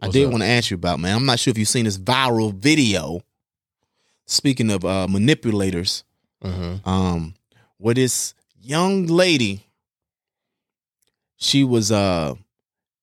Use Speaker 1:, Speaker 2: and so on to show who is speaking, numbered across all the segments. Speaker 1: I did want to ask you about, man. I'm not sure if you've seen this viral video. Speaking of uh, manipulators,
Speaker 2: Mm-hmm.
Speaker 1: um, where this young lady, she was uh,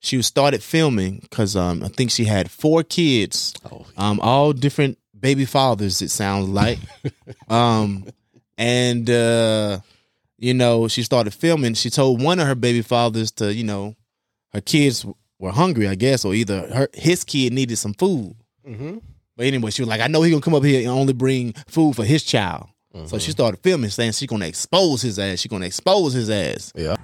Speaker 1: she was started filming because um, I think she had four kids,
Speaker 2: Oh,
Speaker 1: um, all different baby fathers. It sounds like, um, and uh, you know, she started filming. She told one of her baby fathers to, you know, her kids were hungry, I guess, or either her his kid needed some food.
Speaker 2: mm-hmm.
Speaker 1: But anyway, she was like, I know he gonna come up here and only bring food for his child. So she started filming, saying she gonna expose his ass. She gonna expose his ass.
Speaker 2: Yeah.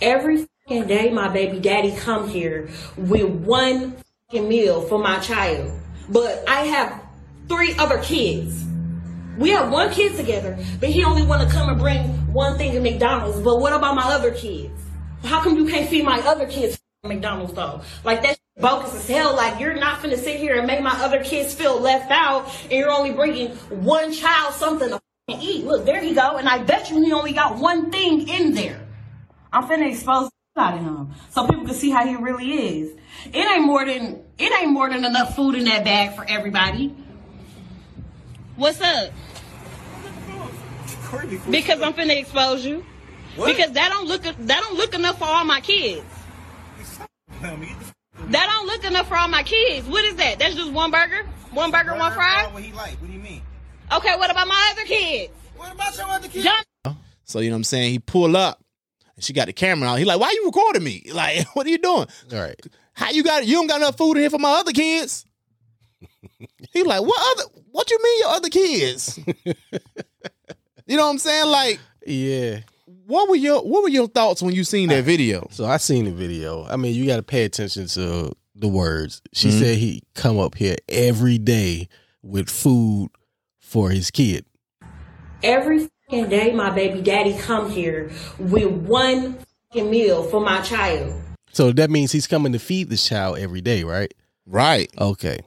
Speaker 3: Every fucking day, my baby daddy come here with one fucking meal for my child, but I have three other kids. We have one kid together, but he only want to come and bring one thing to McDonald's. But what about my other kids? How come you can't feed my other kids McDonald's though? Like that's bogus as hell. Like you're not finna sit here and make my other kids feel left out, and you're only bringing one child something to fucking eat. Look, there he go, and I bet you he only got one thing in there. I'm finna expose the out of him so people can see how he really is. It ain't more than it ain't more than enough food in that bag for everybody. What's up? Because I'm finna expose you. Because that don't look that don't look enough for all my kids. That don't look enough for all my kids. What is that? That's just one burger, one burger, one fry.
Speaker 4: What he like? What do you mean?
Speaker 3: Okay, what about my other kids?
Speaker 4: What about your other kids?
Speaker 3: Y'all
Speaker 1: So you know what I'm saying? He pull up and she got the camera out. He like, why you recording me? Like, what are you doing?
Speaker 2: All right.
Speaker 1: How you got you don't got enough food in here for my other kids? he like, what other what you mean your other kids? you know what I'm saying? Like,
Speaker 2: Yeah.
Speaker 1: what were your what were your thoughts when you seen that video?
Speaker 2: So I seen the video. I mean, you got to pay attention to the words. She said he come up here every day with food for his kid.
Speaker 3: every fucking day my baby daddy come here with one fucking meal for my child.
Speaker 2: So that means he's coming to feed this child every day, right?
Speaker 1: Right.
Speaker 2: Okay.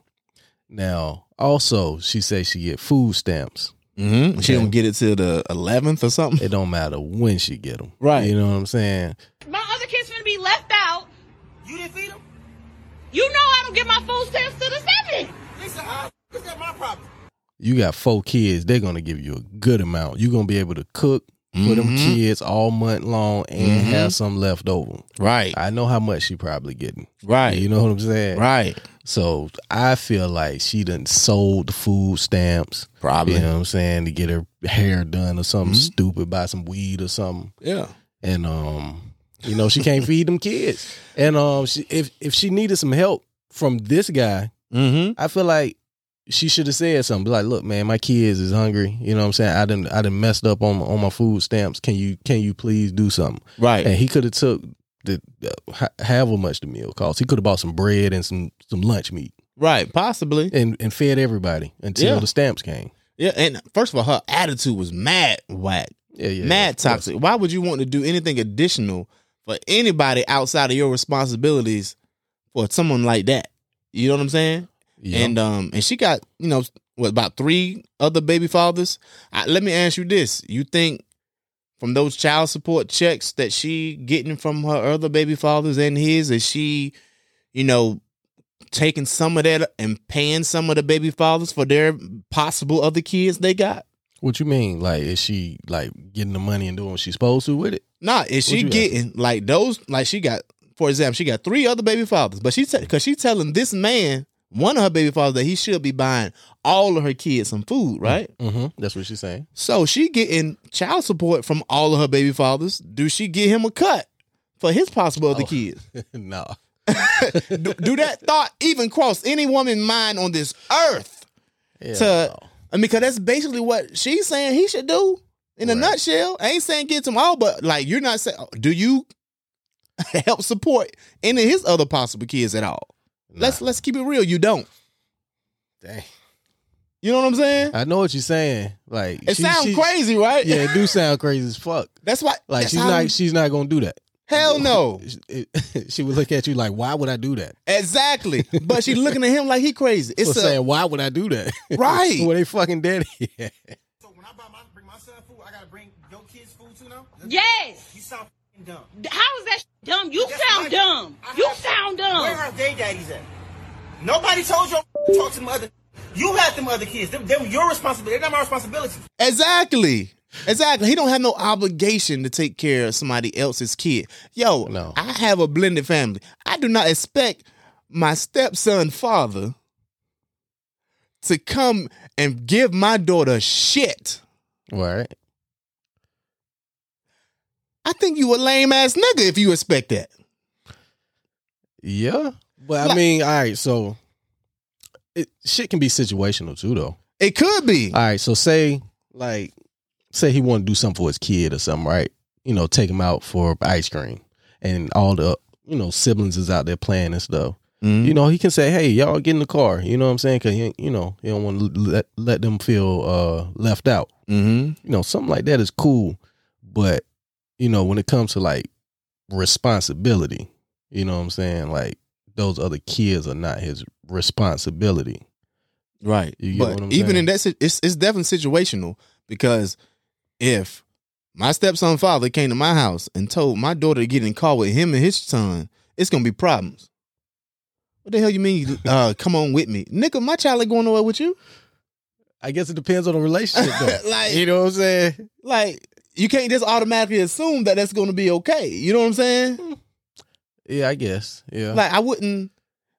Speaker 2: Now, also, she says she get food stamps.
Speaker 1: Mm-hmm. She don't get it till the 11th or something.
Speaker 2: It don't matter when she get them,
Speaker 1: Right.
Speaker 2: You know what I'm saying?
Speaker 3: My other kids finna be left out.
Speaker 4: You didn't feed him?
Speaker 3: You know I don't get my food stamps to the seven.
Speaker 4: Listen, I, is that my problem?
Speaker 2: You got four kids; they're gonna give you a good amount. You're gonna be able to cook for them kids all month long and have some left over.
Speaker 1: Right.
Speaker 2: I know how much she probably getting.
Speaker 1: Right.
Speaker 2: You know what I'm saying?
Speaker 1: Right.
Speaker 2: So I feel like she done sold the food stamps.
Speaker 1: Probably.
Speaker 2: You know what I'm saying? To get her hair done or something stupid, buy some weed or something.
Speaker 1: Yeah.
Speaker 2: And um, you know, she can't feed them kids. And um she if if she needed some help from this guy,
Speaker 1: Mm-hmm.
Speaker 2: I feel like she should have said something. Be like, look, man, my kids is hungry. You know what I'm saying? I didn't I done messed up on on my food stamps. Can you can you please do something?
Speaker 1: Right.
Speaker 2: And he could have took the uh, ho- however much the meal cost. He could have bought some bread and some some lunch meat
Speaker 1: Right. Possibly.
Speaker 2: and and fed everybody until
Speaker 1: Yeah.
Speaker 2: the stamps came.
Speaker 1: Yeah. And first of all, her attitude was mad whack,
Speaker 2: Yeah, yeah, yeah.
Speaker 1: mad toxic. Why would you want to do anything additional for anybody outside of your responsibilities for someone like that? You know what I'm saying?
Speaker 2: Yeah.
Speaker 1: And um, and she got you know what about three other baby fathers? I, let me ask you this: You think from those child support checks that she getting from her other baby fathers and his, is she, you know, taking some of that and paying some of the baby fathers for their possible other kids they got?
Speaker 2: what you mean? Like, is she like getting the money and doing what she's supposed to with it?
Speaker 1: Nah, is she
Speaker 2: What you
Speaker 1: getting like those? Like she got, for example, she got three other baby fathers, but she because she telling this man. One of her baby fathers that he should be buying all of her kids some food, right?
Speaker 2: Mm-hmm. That's what she's saying.
Speaker 1: So she getting child support from all of her baby fathers. Do she get him a cut for his possible
Speaker 2: Oh.
Speaker 1: other kids?
Speaker 2: no.
Speaker 1: Do, do that thought even cross any woman's mind on this earth?
Speaker 2: Yeah,
Speaker 1: to,
Speaker 2: no.
Speaker 1: I mean, because that's basically what she's saying he should do. In a
Speaker 2: Right.
Speaker 1: nutshell, I ain't saying get them all, but like you're not saying, do you help support any of his other possible kids at all? Let's let's keep it real. You don't.
Speaker 2: Dang.
Speaker 1: You know what I'm saying?
Speaker 2: I know what you're saying. Like,
Speaker 1: It
Speaker 2: she-
Speaker 1: sounds
Speaker 2: she-
Speaker 1: crazy, right?
Speaker 2: Yeah, it do sound crazy as fuck.
Speaker 1: That's why.
Speaker 2: Like
Speaker 1: that's
Speaker 2: she's
Speaker 1: how-
Speaker 2: not she's not gonna do that.
Speaker 1: Hell no.
Speaker 2: It- it- she would look at you like, why would I do that?
Speaker 1: Exactly. But she looking at him like he crazy.
Speaker 2: It's
Speaker 1: It's a,
Speaker 2: saying, why would I do that?
Speaker 1: Right.
Speaker 2: well, they fucking daddy. Yeah.
Speaker 4: So when I buy my, bring my son food, I gotta bring your kids food too now?
Speaker 3: Yes.
Speaker 4: You sound fing dumb.
Speaker 3: How is that sh- dumb? You
Speaker 4: That's
Speaker 3: sound
Speaker 4: my-
Speaker 3: dumb.
Speaker 4: I
Speaker 3: You
Speaker 4: have-
Speaker 3: sound
Speaker 4: Where
Speaker 3: dumb.
Speaker 4: are they daddies at? Nobody told you to talk to them other. You had them other kids. Them, them your responsibility. They're not my responsibility.
Speaker 1: Exactly. Exactly. He don't have no obligation to take care of somebody else's kid. Yo,
Speaker 2: No.
Speaker 1: I have a blended family. I do not expect my stepson father to come and give my daughter shit.
Speaker 2: Right.
Speaker 1: I think you a lame ass nigga if you expect that.
Speaker 2: Yeah. But I
Speaker 1: Like-
Speaker 2: mean, all right, so it shit can be situational too though.
Speaker 1: It could be.
Speaker 2: All right, so say like say he want to do something for his kid or something, right? You know, take him out for ice cream, and all the you know siblings is out there playing and stuff.
Speaker 1: Mhm.
Speaker 2: You know, he can say, "Hey, y'all get in the car." You know what I'm saying? Cause he, you know he don't want to let let them feel uh left out.
Speaker 1: Mm-hmm.
Speaker 2: You know, something like that is cool, but you know when it comes to like responsibility, you know what I'm saying? Like those other kids are not his responsibility.
Speaker 1: Right.
Speaker 2: You get
Speaker 1: but
Speaker 2: what I'm
Speaker 1: even
Speaker 2: saying?
Speaker 1: in that, si- it's it's definitely situational because if my stepson father came to my house and told my daughter to get in the car with him and his son, it's gonna be problems. What the hell you mean? you, Uh, come on with me, nigga. My child ain't going nowhere with you.
Speaker 2: I guess it depends on the relationship, though.
Speaker 1: Like-
Speaker 2: you know what I'm saying?
Speaker 1: Like you can't just automatically assume that that's gonna be okay. You know what I'm saying?
Speaker 2: Yeah, I guess. Yeah.
Speaker 1: Like I wouldn't.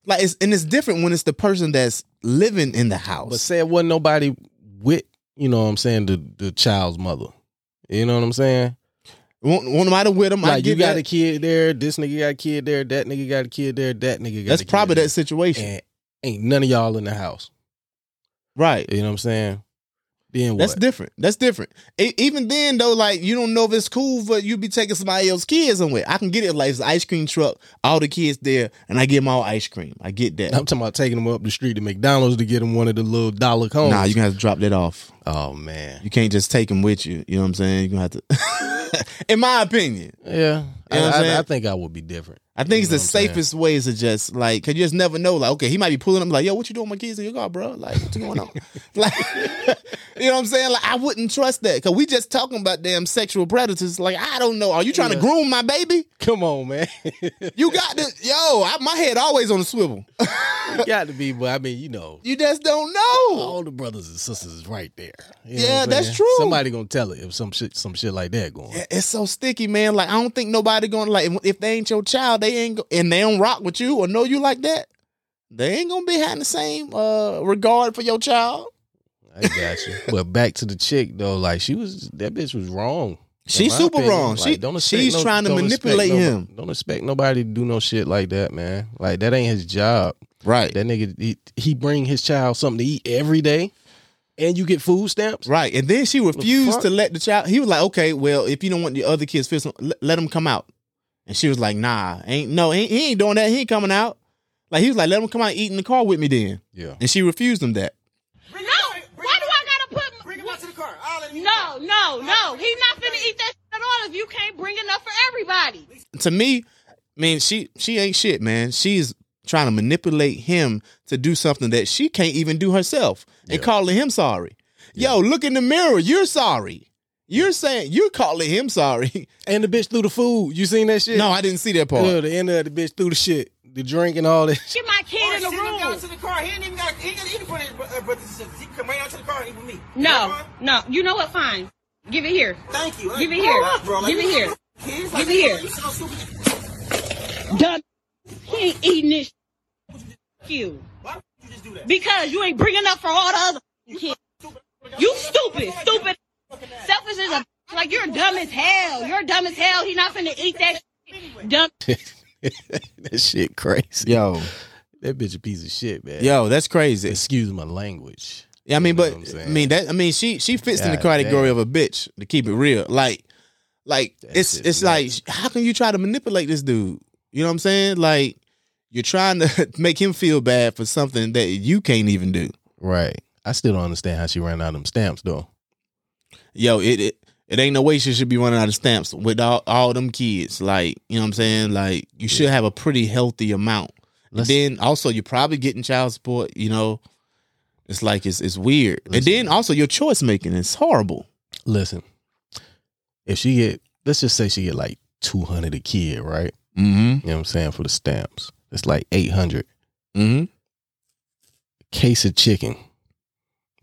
Speaker 1: Like it's and it's different when it's the person that's living in the house.
Speaker 2: but say it wasn't nobody with, you know what I'm saying, the, the child's mother. You know what I'm saying?
Speaker 1: won't, won't matter with them. I
Speaker 2: Like,
Speaker 1: get
Speaker 2: you got
Speaker 1: that.
Speaker 2: a kid there, this nigga got a kid there, that nigga got a kid there, that nigga got
Speaker 1: That's
Speaker 2: a kid
Speaker 1: probably
Speaker 2: there.
Speaker 1: that situation,
Speaker 2: And ain't none of y'all in the house.
Speaker 1: right?
Speaker 2: You know what I'm saying? Then what?
Speaker 1: That's different. That's different. E- even then, though, like you don't know if it's cool, but you be taking somebody else's kids somewhere. I can get it. Like it's an ice cream truck, all the kids there, and I get them all ice cream. I get that.
Speaker 2: I'm talking about taking them up the street to McDonald's to get them one of the little dollar cones.
Speaker 1: Nah, you gonna have to drop that off.
Speaker 2: oh, man.
Speaker 1: You can't just take them with you. You know what I'm saying? You gonna have to. In my opinion,
Speaker 2: Yeah. I,
Speaker 1: You know what I'm
Speaker 2: I,
Speaker 1: saying?
Speaker 2: I think I would be different.
Speaker 1: I think it's
Speaker 2: You know
Speaker 1: the
Speaker 2: what I'm saying?
Speaker 1: safest way is to just like, cause you just never know. Like, okay, he might be pulling up, like, yo, what you doing, with my kids in your car, bro? Like, what's going on? like, you know what I'm saying? Like, I wouldn't trust that, cause we just talking about damn sexual predators. Like, I don't know. Are you trying
Speaker 2: Yeah.
Speaker 1: to groom my baby?
Speaker 2: Come on, man.
Speaker 1: You got this, yo. I, my head always on a swivel.
Speaker 2: got to be, but I mean, you know.
Speaker 1: you just don't know.
Speaker 2: all the brothers and sisters is right there. You
Speaker 1: Yeah,
Speaker 2: what I'm
Speaker 1: that's
Speaker 2: saying?
Speaker 1: true.
Speaker 2: Somebody gonna tell it if some shit, some shit like that going.
Speaker 1: Yeah, It's so sticky, man. Like I don't think nobody gonna like if they ain't your child, they ain't go, and they don't rock with you or know you like that. They ain't gonna be having the same uh, regard for your child.
Speaker 2: I got you. but back to the chick though, like she was that bitch was wrong. in
Speaker 1: She's
Speaker 2: my
Speaker 1: super wrong. She-
Speaker 2: expect
Speaker 1: she's trying to
Speaker 2: don't expect
Speaker 1: manipulate
Speaker 2: no-
Speaker 1: him.
Speaker 2: Don't expect nobody to do no shit like that, man. Like that ain't his job.
Speaker 1: Right.
Speaker 2: That nigga, he, he bring his child something to eat every day, and you get food stamps.
Speaker 1: Right, and then she refused
Speaker 2: fuck?
Speaker 1: to let the child. He was like, "Okay, well, if you don't want the other kids, feel some, let, let them come out." And she was like, "Nah, ain't no, he, he ain't doing that. He ain't coming out." Like he was like, "Let him come out and eat in the car with me then."
Speaker 2: Yeah.
Speaker 1: And she refused him that.
Speaker 4: Bring
Speaker 3: No,
Speaker 4: him out- bring
Speaker 3: why
Speaker 4: him
Speaker 3: do
Speaker 4: out-
Speaker 3: I gotta put?
Speaker 4: Bring him out to the car. I'll let him
Speaker 3: No, no, no. He's not finna eat that shit at all if you can't bring enough for everybody.
Speaker 1: To me, I mean, she she ain't shit, man. She's trying to manipulate him to do something that she can't even do herself, and
Speaker 2: Yeah.
Speaker 1: calling him sorry. Yo, look in the mirror. You're sorry. You're saying you're calling him sorry.
Speaker 2: And the bitch threw the food. You seen that shit?
Speaker 1: no, I didn't see that part.
Speaker 2: Yeah, the end of it, the bitch threw the shit, the drink and all that.
Speaker 3: Get my
Speaker 4: Or
Speaker 3: kid in
Speaker 4: send
Speaker 3: the
Speaker 4: him down to
Speaker 3: room.
Speaker 4: the car. He ain't even got. He ain't got to eat in front of his bro- uh, brothers and sisters. He can come right out to the car and eat with me.
Speaker 3: No,
Speaker 4: Come on.
Speaker 3: no. You know what? Fine. Give it here.
Speaker 4: Thank you.
Speaker 3: Give it here.
Speaker 4: Nah, bro, like,
Speaker 3: Give it
Speaker 4: you-
Speaker 3: here.
Speaker 4: Kids, like,
Speaker 3: Give it
Speaker 4: you-
Speaker 3: here.
Speaker 4: you sound stupid.
Speaker 3: Done. He ain't eating this. Fuck you.
Speaker 4: Why would you just do that?
Speaker 3: Because you ain't bringing up for all the other kids.
Speaker 4: Stupid.
Speaker 3: You stupid, stupid. Selfish is a like you're dumb as hell. You're dumb as hell. He not finna eat that shit. dumb.
Speaker 2: that shit crazy.
Speaker 1: Yo,
Speaker 2: That bitch a piece of shit, man.
Speaker 1: yo, that's crazy.
Speaker 2: Excuse my language.
Speaker 1: Yeah, I mean,
Speaker 2: know
Speaker 1: but
Speaker 2: what I'm
Speaker 1: I
Speaker 2: saying?
Speaker 1: mean that. I mean, she she fits in the
Speaker 2: God
Speaker 1: category of
Speaker 2: damn.
Speaker 1: a bitch. To keep it real, like, like
Speaker 2: That
Speaker 1: it's
Speaker 2: shit's
Speaker 1: it's like, how can you try to manipulate this dude? You know what I'm saying? Like, you're trying to make him feel bad for something that you can't even do.
Speaker 2: Right. I still don't understand how she ran out of them stamps though.
Speaker 1: Yo, it it, it ain't no way she should be running out of stamps with all, all them kids. Like, you know what I'm saying? Like, you should have a pretty healthy amount.
Speaker 2: Let's-
Speaker 1: then also, you're probably getting child support. You know, it's like it's it's weird. And
Speaker 2: Listen.
Speaker 1: then also, your choice making is horrible.
Speaker 2: Listen, if she get let's just say she get like two hundred a kid, right?
Speaker 1: Mm-hmm.
Speaker 2: You know what I'm saying for the stamps. It's like eight hundred.
Speaker 1: Mm-hmm.
Speaker 2: case of chicken,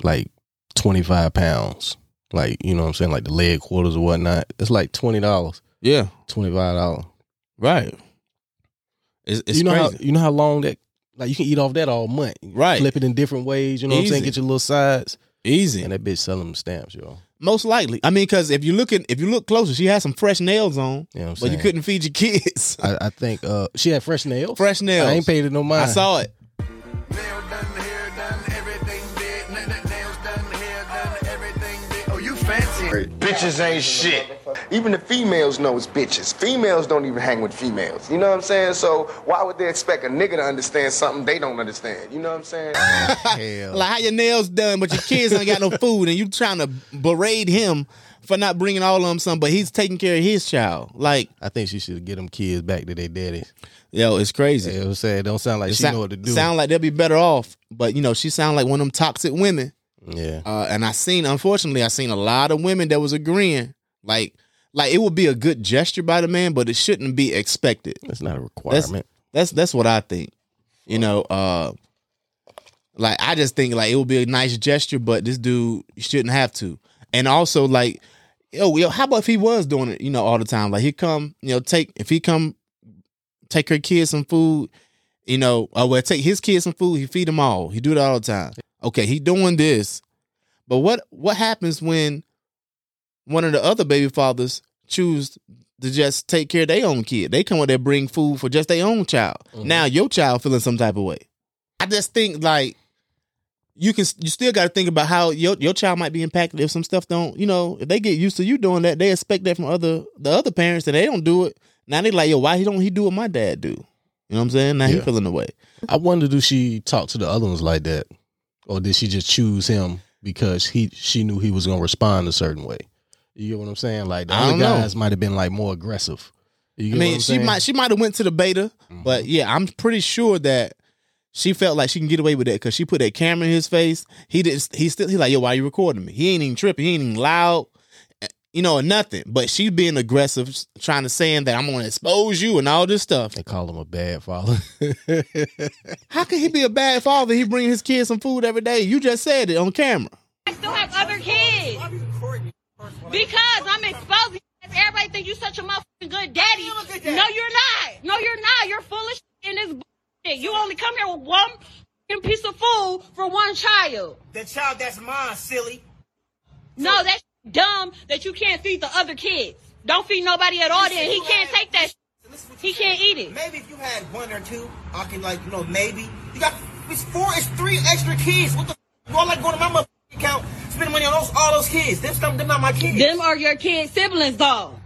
Speaker 2: like 25 pounds. Like, you know what I'm saying? Like the leg quarters or whatnot. It's like $20,
Speaker 1: Yeah,
Speaker 2: $25.
Speaker 1: right. It's, it's
Speaker 2: you know
Speaker 1: crazy.
Speaker 2: how you know how long that like you can eat off that all month.
Speaker 1: Right.
Speaker 2: Flip it in different ways, you know what I'm saying?
Speaker 1: Easy.
Speaker 2: Get your little sides.
Speaker 1: Easy,
Speaker 2: And that bitch selling them stamps, y'all.
Speaker 1: most likely. I mean, because if you look at if you look closer, she had some fresh nails on,
Speaker 2: You know what I'm
Speaker 1: but
Speaker 2: saying?
Speaker 1: you couldn't feed your kids
Speaker 2: I, I think uh she had fresh nails.
Speaker 1: fresh nails.
Speaker 2: I ain't paid it no mind.
Speaker 1: I saw it.
Speaker 5: Nail done, hair done, everything did. N- n- Nails done, hair done, everything did. Oh, you fancy.
Speaker 6: Bitches ain't shit. Even the females know it's bitches. Females don't even hang with females. You know what I'm saying? So why would they expect a nigga to understand something they don't understand? You know what I'm saying?
Speaker 2: Hell.
Speaker 1: Like how your nails done, but your kids ain't got no food, and you trying to berate him for not bringing all of them something, but he's taking care of his child. Like,
Speaker 2: I think she should get them kids back to their daddies.
Speaker 1: yo, it's crazy.
Speaker 2: You know what I'm saying? Don't sound like
Speaker 1: It
Speaker 2: she
Speaker 1: sou-
Speaker 2: know what to do.
Speaker 1: Sound like they'll be better off, but you know she sound like one of them toxic women.
Speaker 2: yeah.
Speaker 1: Uh, and I seen, unfortunately, I seen a lot of women that was agreeing. Like, like it would be a good gesture by the man, but it shouldn't be expected.
Speaker 2: That's not a
Speaker 1: That's
Speaker 2: requirement.
Speaker 1: that's that's what I think. You know, uh, like I just think like it would be a nice gesture, but this dude shouldn't have to. And also like, yo, yo, how about if he was doing it? You know, all the time. Like he come, you know, take if he come, take her kids some food. You know, uh, well, take his kids some food. He feed them all. He do it all the time. Okay, he doing this, but what what happens when one of the other baby fathers choose to just take care of their own kid? They come up there bring food for just their own child. Now your child feeling some type of way. I just think like you can you still got to think about how your your child might be impacted if some stuff don't you know if they get used to you doing that they expect that from other the other parents that they don't do it now they like yo why he don't he do what my dad do you know what I'm saying now he
Speaker 2: Yeah.
Speaker 1: feeling the way
Speaker 2: I wonder do she talk to the other ones like that? Or did she just choose him because he she knew he was gonna respond a certain way? You get what I'm saying? Like the
Speaker 1: I
Speaker 2: other
Speaker 1: don't know.
Speaker 2: guys might have been like more aggressive. You
Speaker 1: I
Speaker 2: get what
Speaker 1: mean
Speaker 2: I'm
Speaker 1: she
Speaker 2: saying? Mm-hmm.
Speaker 1: might she might have went to the beta but yeah I'm pretty sure that she felt like she can get away with that because she put that camera in his face he didn't he still he like yo why you recording me he ain't even tripping he ain't even loud eh, you know or nothing but she being aggressive trying to saying that I'm gonna expose you and all this stuff
Speaker 2: They call him a bad father.
Speaker 1: How can he be a bad father? He bring his kids some food every day. You just said it on camera.
Speaker 7: I still have other kids.
Speaker 4: Why are you recording me? First of all,
Speaker 7: Because I'm exposing you. Everybody think you such a motherfucking good daddy.
Speaker 4: You a good daddy.
Speaker 7: No, you're not. No, you're not. You're full of shit in this bullshit. You only come here with one fucking piece of food for one child.
Speaker 4: The child that's mine, silly.
Speaker 7: No, that's dumb that you can't feed the other kids. Don't feed nobody at all then. He can't take that shit.
Speaker 4: Listen what
Speaker 7: He
Speaker 4: you said.
Speaker 7: can't eat it.
Speaker 4: Maybe if you had one or two, I can like, you know, maybe. You got it's four, it's three extra kids. What the f- all like going to my mother account, spending money on those all those kids. Them stuff them not my kids.
Speaker 7: Them are your kids' siblings though.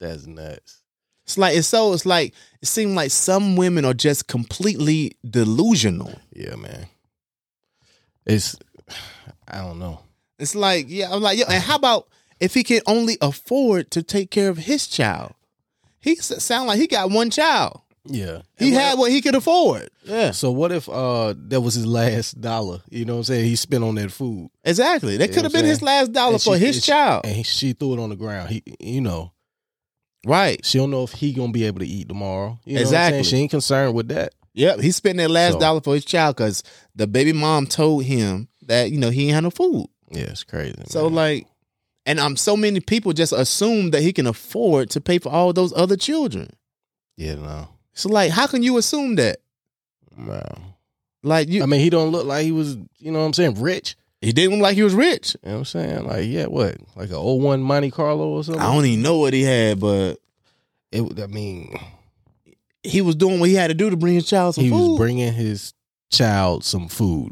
Speaker 2: That's nuts.
Speaker 1: It's like it's so. It's like it seemed like some women are just completely delusional.
Speaker 2: Yeah, man. It's I don't know.
Speaker 1: It's like yeah. I'm like yo. And how about if he can only afford to take care of his child? He s- sound like he got one child.
Speaker 2: Yeah.
Speaker 1: He had what he could afford. Yeah,
Speaker 2: So what if uh that was his last dollar? You know what I'm saying? He spent on that food.
Speaker 1: exactly. That
Speaker 2: You know
Speaker 1: could
Speaker 2: what
Speaker 1: have
Speaker 2: I'm
Speaker 1: been his
Speaker 2: saying?
Speaker 1: last dollar
Speaker 2: And
Speaker 1: for
Speaker 2: she-
Speaker 1: his
Speaker 2: and she-
Speaker 1: child.
Speaker 2: And he, she threw it on the ground. He you know,
Speaker 1: right.
Speaker 2: she don't know if he gonna be able to eat tomorrow. You know What
Speaker 1: Exactly.
Speaker 2: I'm saying? She ain't concerned with that.
Speaker 1: Yep. He spent that last
Speaker 2: So-
Speaker 1: dollar for his child because the baby mom told him that you know he ain't had no food.
Speaker 2: Yeah, it's crazy.
Speaker 1: So
Speaker 2: man.
Speaker 1: like, and um, so many people just assume that he can afford to pay for all those other children.
Speaker 2: Yeah, no.
Speaker 1: So like, how can you assume that?
Speaker 2: No.
Speaker 1: Like you,
Speaker 2: I mean, he don't look like he was, you know what I'm saying, rich.
Speaker 1: he didn't look like he was rich.
Speaker 2: You know what I'm saying? Like, yeah, what? Like a 01 Monte Carlo or something?
Speaker 1: I don't even know what he had, but
Speaker 2: It, I mean,
Speaker 1: he was doing what he had to do to bring his child some
Speaker 2: he
Speaker 1: food.
Speaker 2: was bringing his child some food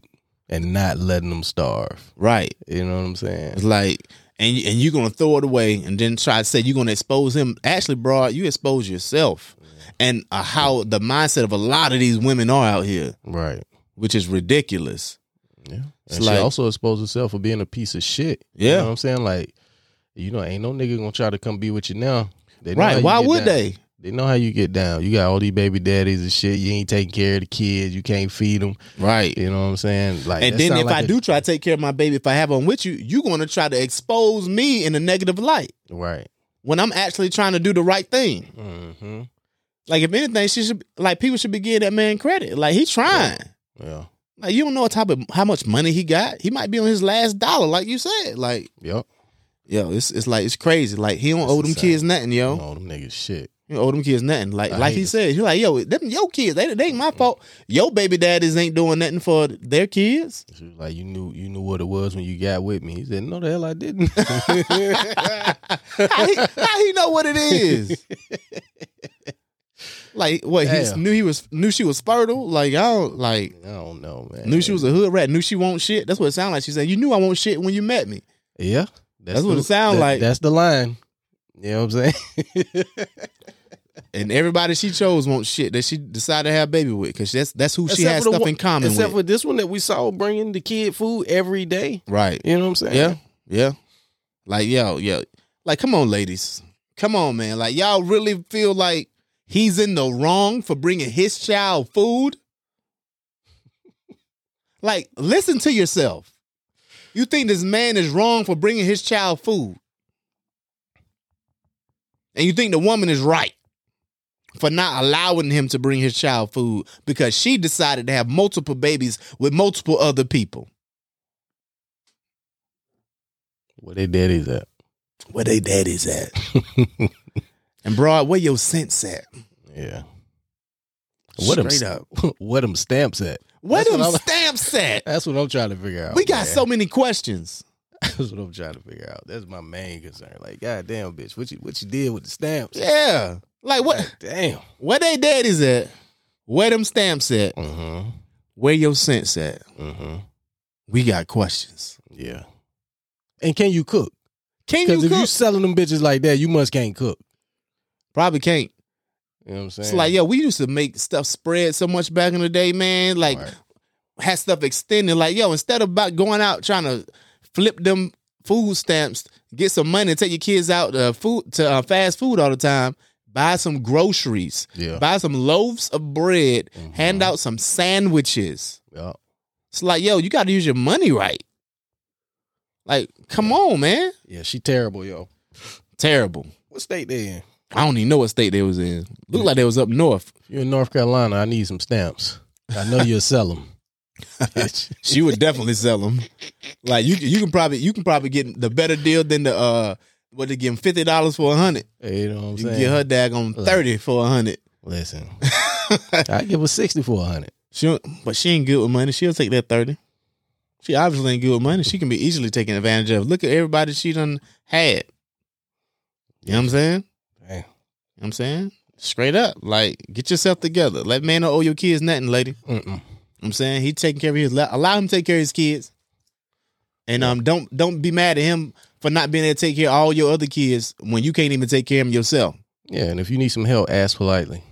Speaker 2: and not letting them starve.
Speaker 1: right.
Speaker 2: You know what I'm
Speaker 1: It's
Speaker 2: saying?
Speaker 1: like, and and you're gonna throw it away, and then try to say you're gonna expose him. Actually, bro, you expose yourself, and uh, how the mindset of a lot of these women are out here,
Speaker 2: Right.
Speaker 1: which is ridiculous.
Speaker 2: Yeah. And
Speaker 1: It's
Speaker 2: she
Speaker 1: like-
Speaker 2: also exposed herself for being a piece of shit. You
Speaker 1: Yeah.
Speaker 2: know what I'm saying? Like, you know, ain't no nigga gonna try to come be with you now. They know how
Speaker 1: right?
Speaker 2: you
Speaker 1: Why
Speaker 2: get
Speaker 1: would
Speaker 2: down.
Speaker 1: they?
Speaker 2: They know how you get down. You got all these baby daddies and shit. You ain't taking care of the kids. You can't feed them.
Speaker 1: Right.
Speaker 2: You know what I'm saying? Like,
Speaker 1: and
Speaker 2: that
Speaker 1: then
Speaker 2: sound
Speaker 1: if
Speaker 2: like
Speaker 1: I
Speaker 2: a-
Speaker 1: do try to take care of my baby, if I have one with you, you're going to try to expose me in a negative light
Speaker 2: right?
Speaker 1: when I'm actually trying to do the right thing.
Speaker 2: Mm-hmm.
Speaker 1: Like if anything, she should like people should be giving that man credit. Like he's trying.
Speaker 2: Yeah,
Speaker 1: Like you don't know what type of how much money he got. He might be on his last dollar, like you said. Like
Speaker 2: Yep.
Speaker 1: yo, it's it's like it's crazy. Like he don't
Speaker 2: It's
Speaker 1: owe them
Speaker 2: insane.
Speaker 1: kids nothing, yo.
Speaker 2: All them niggas shit.
Speaker 1: You owe them kids nothing. Like
Speaker 2: I
Speaker 1: like
Speaker 2: hate
Speaker 1: he
Speaker 2: it.
Speaker 1: said, you're like yo, them your kids. They they ain't my fault. Your baby daddies ain't doing nothing for their kids.
Speaker 2: She was like, you knew you knew what it was when you got with me. He said, no, the hell I didn't.
Speaker 1: How he, how he know what it is? like what he
Speaker 2: Damn.
Speaker 1: knew he was knew she was fertile. Like I don't like
Speaker 2: I don't know, man.
Speaker 1: knew she was a hood rat. Knew she won't shit. That's what it sounded like. She said, you knew I won't shit when you met me.
Speaker 2: Yeah.
Speaker 1: That's what it sound like.
Speaker 2: That's the line. You know what I'm saying?
Speaker 1: and everybody she chose won't shit that she decided to have baby with because that's that's who she has
Speaker 2: for the
Speaker 1: stuff
Speaker 2: one-
Speaker 1: in common
Speaker 2: Except
Speaker 1: with.
Speaker 2: for this one that we saw bringing the kid food every day.
Speaker 1: right?
Speaker 2: You know what I'm saying?
Speaker 1: Yeah, yeah. Like yo, yo, like come on, ladies, come on, man. Like y'all really feel like he's in the wrong for bringing his child food. Like, listen to yourself. You think this man is wrong for bringing his child food, and you think the woman is right for not allowing him to bring his child food because she decided to have multiple babies with multiple other people.
Speaker 2: Where their daddy's at.
Speaker 1: where they daddies at. and broad, where your sense at?
Speaker 2: Yeah. What them,
Speaker 1: Straight
Speaker 2: What them stamps at?
Speaker 1: Where
Speaker 2: That's
Speaker 1: them
Speaker 2: what I'm-
Speaker 1: stamps at?
Speaker 2: That's what I'm trying to figure out.
Speaker 1: We got
Speaker 2: man.
Speaker 1: so many questions.
Speaker 2: That's what I'm trying to figure out. That's my main concern. Like, goddamn, bitch, what you what you did with the stamps?
Speaker 1: Yeah. Like what
Speaker 2: Damn.
Speaker 1: where they daddies at? Where them stamps at?
Speaker 2: Mm-hmm.
Speaker 1: Where your sense at?
Speaker 2: Mm-hmm.
Speaker 1: We got questions.
Speaker 2: Yeah. And can you cook?
Speaker 1: Can
Speaker 2: Because
Speaker 1: you
Speaker 2: if
Speaker 1: cook?
Speaker 2: you selling them bitches like that, you must can't cook.
Speaker 1: Probably can't.
Speaker 2: You know what I'm saying?
Speaker 1: It's like, yo, we used to make stuff spread so much back in the day, man. Like
Speaker 2: Right.
Speaker 1: had stuff extended. Like, yo, instead of about going out trying to flip them food stamps, get some money, and take your kids out to food to uh, fast food all the time. Buy some groceries.
Speaker 2: Yeah. Mm-hmm.
Speaker 1: Buy some loaves of bread. Hand out some sandwiches.
Speaker 2: Yeah.
Speaker 1: It's like, yo, you got to use your money right. Like, come on, man.
Speaker 2: Yeah, she terrible, yo.
Speaker 1: Terrible.
Speaker 2: What state they in?
Speaker 1: I don't even know what state they was in. Looked like they was up north.
Speaker 2: If you're in North Carolina, I need some stamps. I know you'll sell them. bitch.
Speaker 1: She would definitely sell them. Like you, you can probably you can probably get the better deal than the uh what they give fifty dollars for a hundred.
Speaker 2: You know what I'm
Speaker 1: You
Speaker 2: saying?
Speaker 1: can get her dag on thirty for a hundred.
Speaker 2: Listen, I give her sixty for a hundred.
Speaker 1: She, don't- but she ain't good with money. She'll take that thirty. She obviously ain't good with money. She can be easily taken advantage of. Look at everybody she done had. You know what I'm saying? You
Speaker 2: Damn.
Speaker 1: know what I'm saying straight up, like get yourself together. Let man don't owe your kids nothing, lady.
Speaker 2: Mm-mm.
Speaker 1: You know what I'm saying he taking care of his. Allow him to take care of his kids, and um, don't don't be mad at him for not being able to take care of all your other kids when you can't even take care of them yourself.
Speaker 2: Yeah, and if you need some help, ask politely.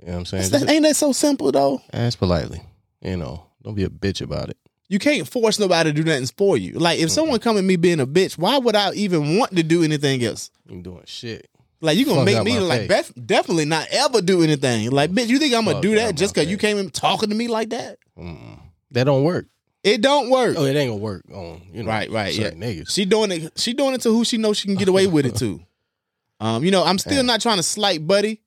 Speaker 2: You know what I'm saying?
Speaker 1: That-
Speaker 2: Just
Speaker 1: ain't that so simple though?
Speaker 2: ask politely. You know, don't be a bitch about it.
Speaker 1: You can't force nobody to do nothing for you. Like if someone come at me being a bitch, why would I even want to do anything else?
Speaker 2: You doing shit.
Speaker 1: Like you gonna
Speaker 2: Fuck
Speaker 1: make
Speaker 2: out
Speaker 1: me
Speaker 2: my
Speaker 1: like bef- definitely not ever do anything. Like bitch, you think I'm gonna
Speaker 2: Fuck
Speaker 1: do
Speaker 2: out my
Speaker 1: that just because you
Speaker 2: face.
Speaker 1: came in talking to me like that?
Speaker 2: Mm-mm. That don't work.
Speaker 1: It don't work.
Speaker 2: Oh, it ain't gonna work on you know
Speaker 1: Right, right, yeah.
Speaker 2: certain niggas.
Speaker 1: She doing it. She doing it to who she knows she can get away with it to. Um, you know, I'm still not trying to slight Buddy,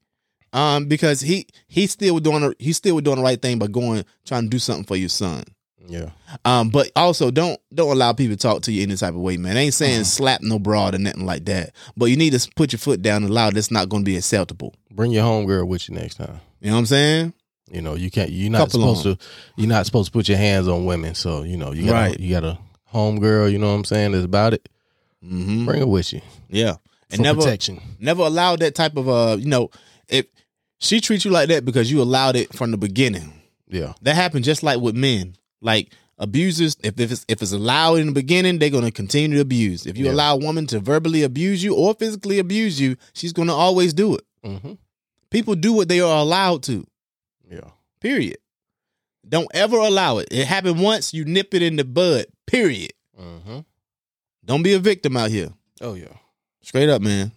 Speaker 1: um, because he he still doing the, he still doing the right thing by going trying to do something for your son.
Speaker 2: Yeah,
Speaker 1: Um, but also don't don't allow people to talk to you any type of way, man. I ain't saying
Speaker 2: Mm-hmm.
Speaker 1: slap no broad or nothing like that. But you need to s- put your foot down and allow that's not going to be acceptable.
Speaker 2: bring your homegirl with you next time.
Speaker 1: You know what I'm saying?
Speaker 2: You know, you can't. You're not
Speaker 1: Couple
Speaker 2: supposed
Speaker 1: of
Speaker 2: to. You're not supposed to put your hands on women. So you know, you got
Speaker 1: Right.
Speaker 2: right. you got a homegirl. You know what I'm saying? That's about it.
Speaker 1: Mm-hmm.
Speaker 2: Bring her with you
Speaker 1: Yeah,
Speaker 2: for
Speaker 1: and never
Speaker 2: protection.
Speaker 1: never allow that type of uh, you know, if she treats you like that because you allowed it from the beginning.
Speaker 2: Yeah,
Speaker 1: that happened just like with men. Like abusers, if, if it's if it's allowed in the beginning, they're gonna continue to abuse. If you
Speaker 2: Yeah.
Speaker 1: allow a woman to verbally abuse you or physically abuse you, she's gonna always do it.
Speaker 2: hmm
Speaker 1: People do what they are allowed to.
Speaker 2: yeah.
Speaker 1: Period. Don't ever allow it. It happened once, you nip it in the bud. Period.
Speaker 2: Mm-hmm.
Speaker 1: Don't be a victim out here.
Speaker 2: Oh yeah.
Speaker 1: Straight up, man.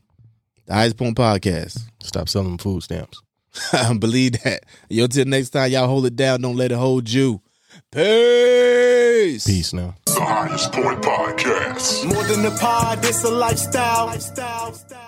Speaker 1: The Highest Point Podcast.
Speaker 2: Stop selling them food stamps.
Speaker 1: Believe that. Yo, till next time, y'all hold it down. Don't let it hold you. Peace.
Speaker 2: Peace now.
Speaker 5: The Highest Point Podcast.
Speaker 4: More than a pod, it's a lifestyle. lifestyle.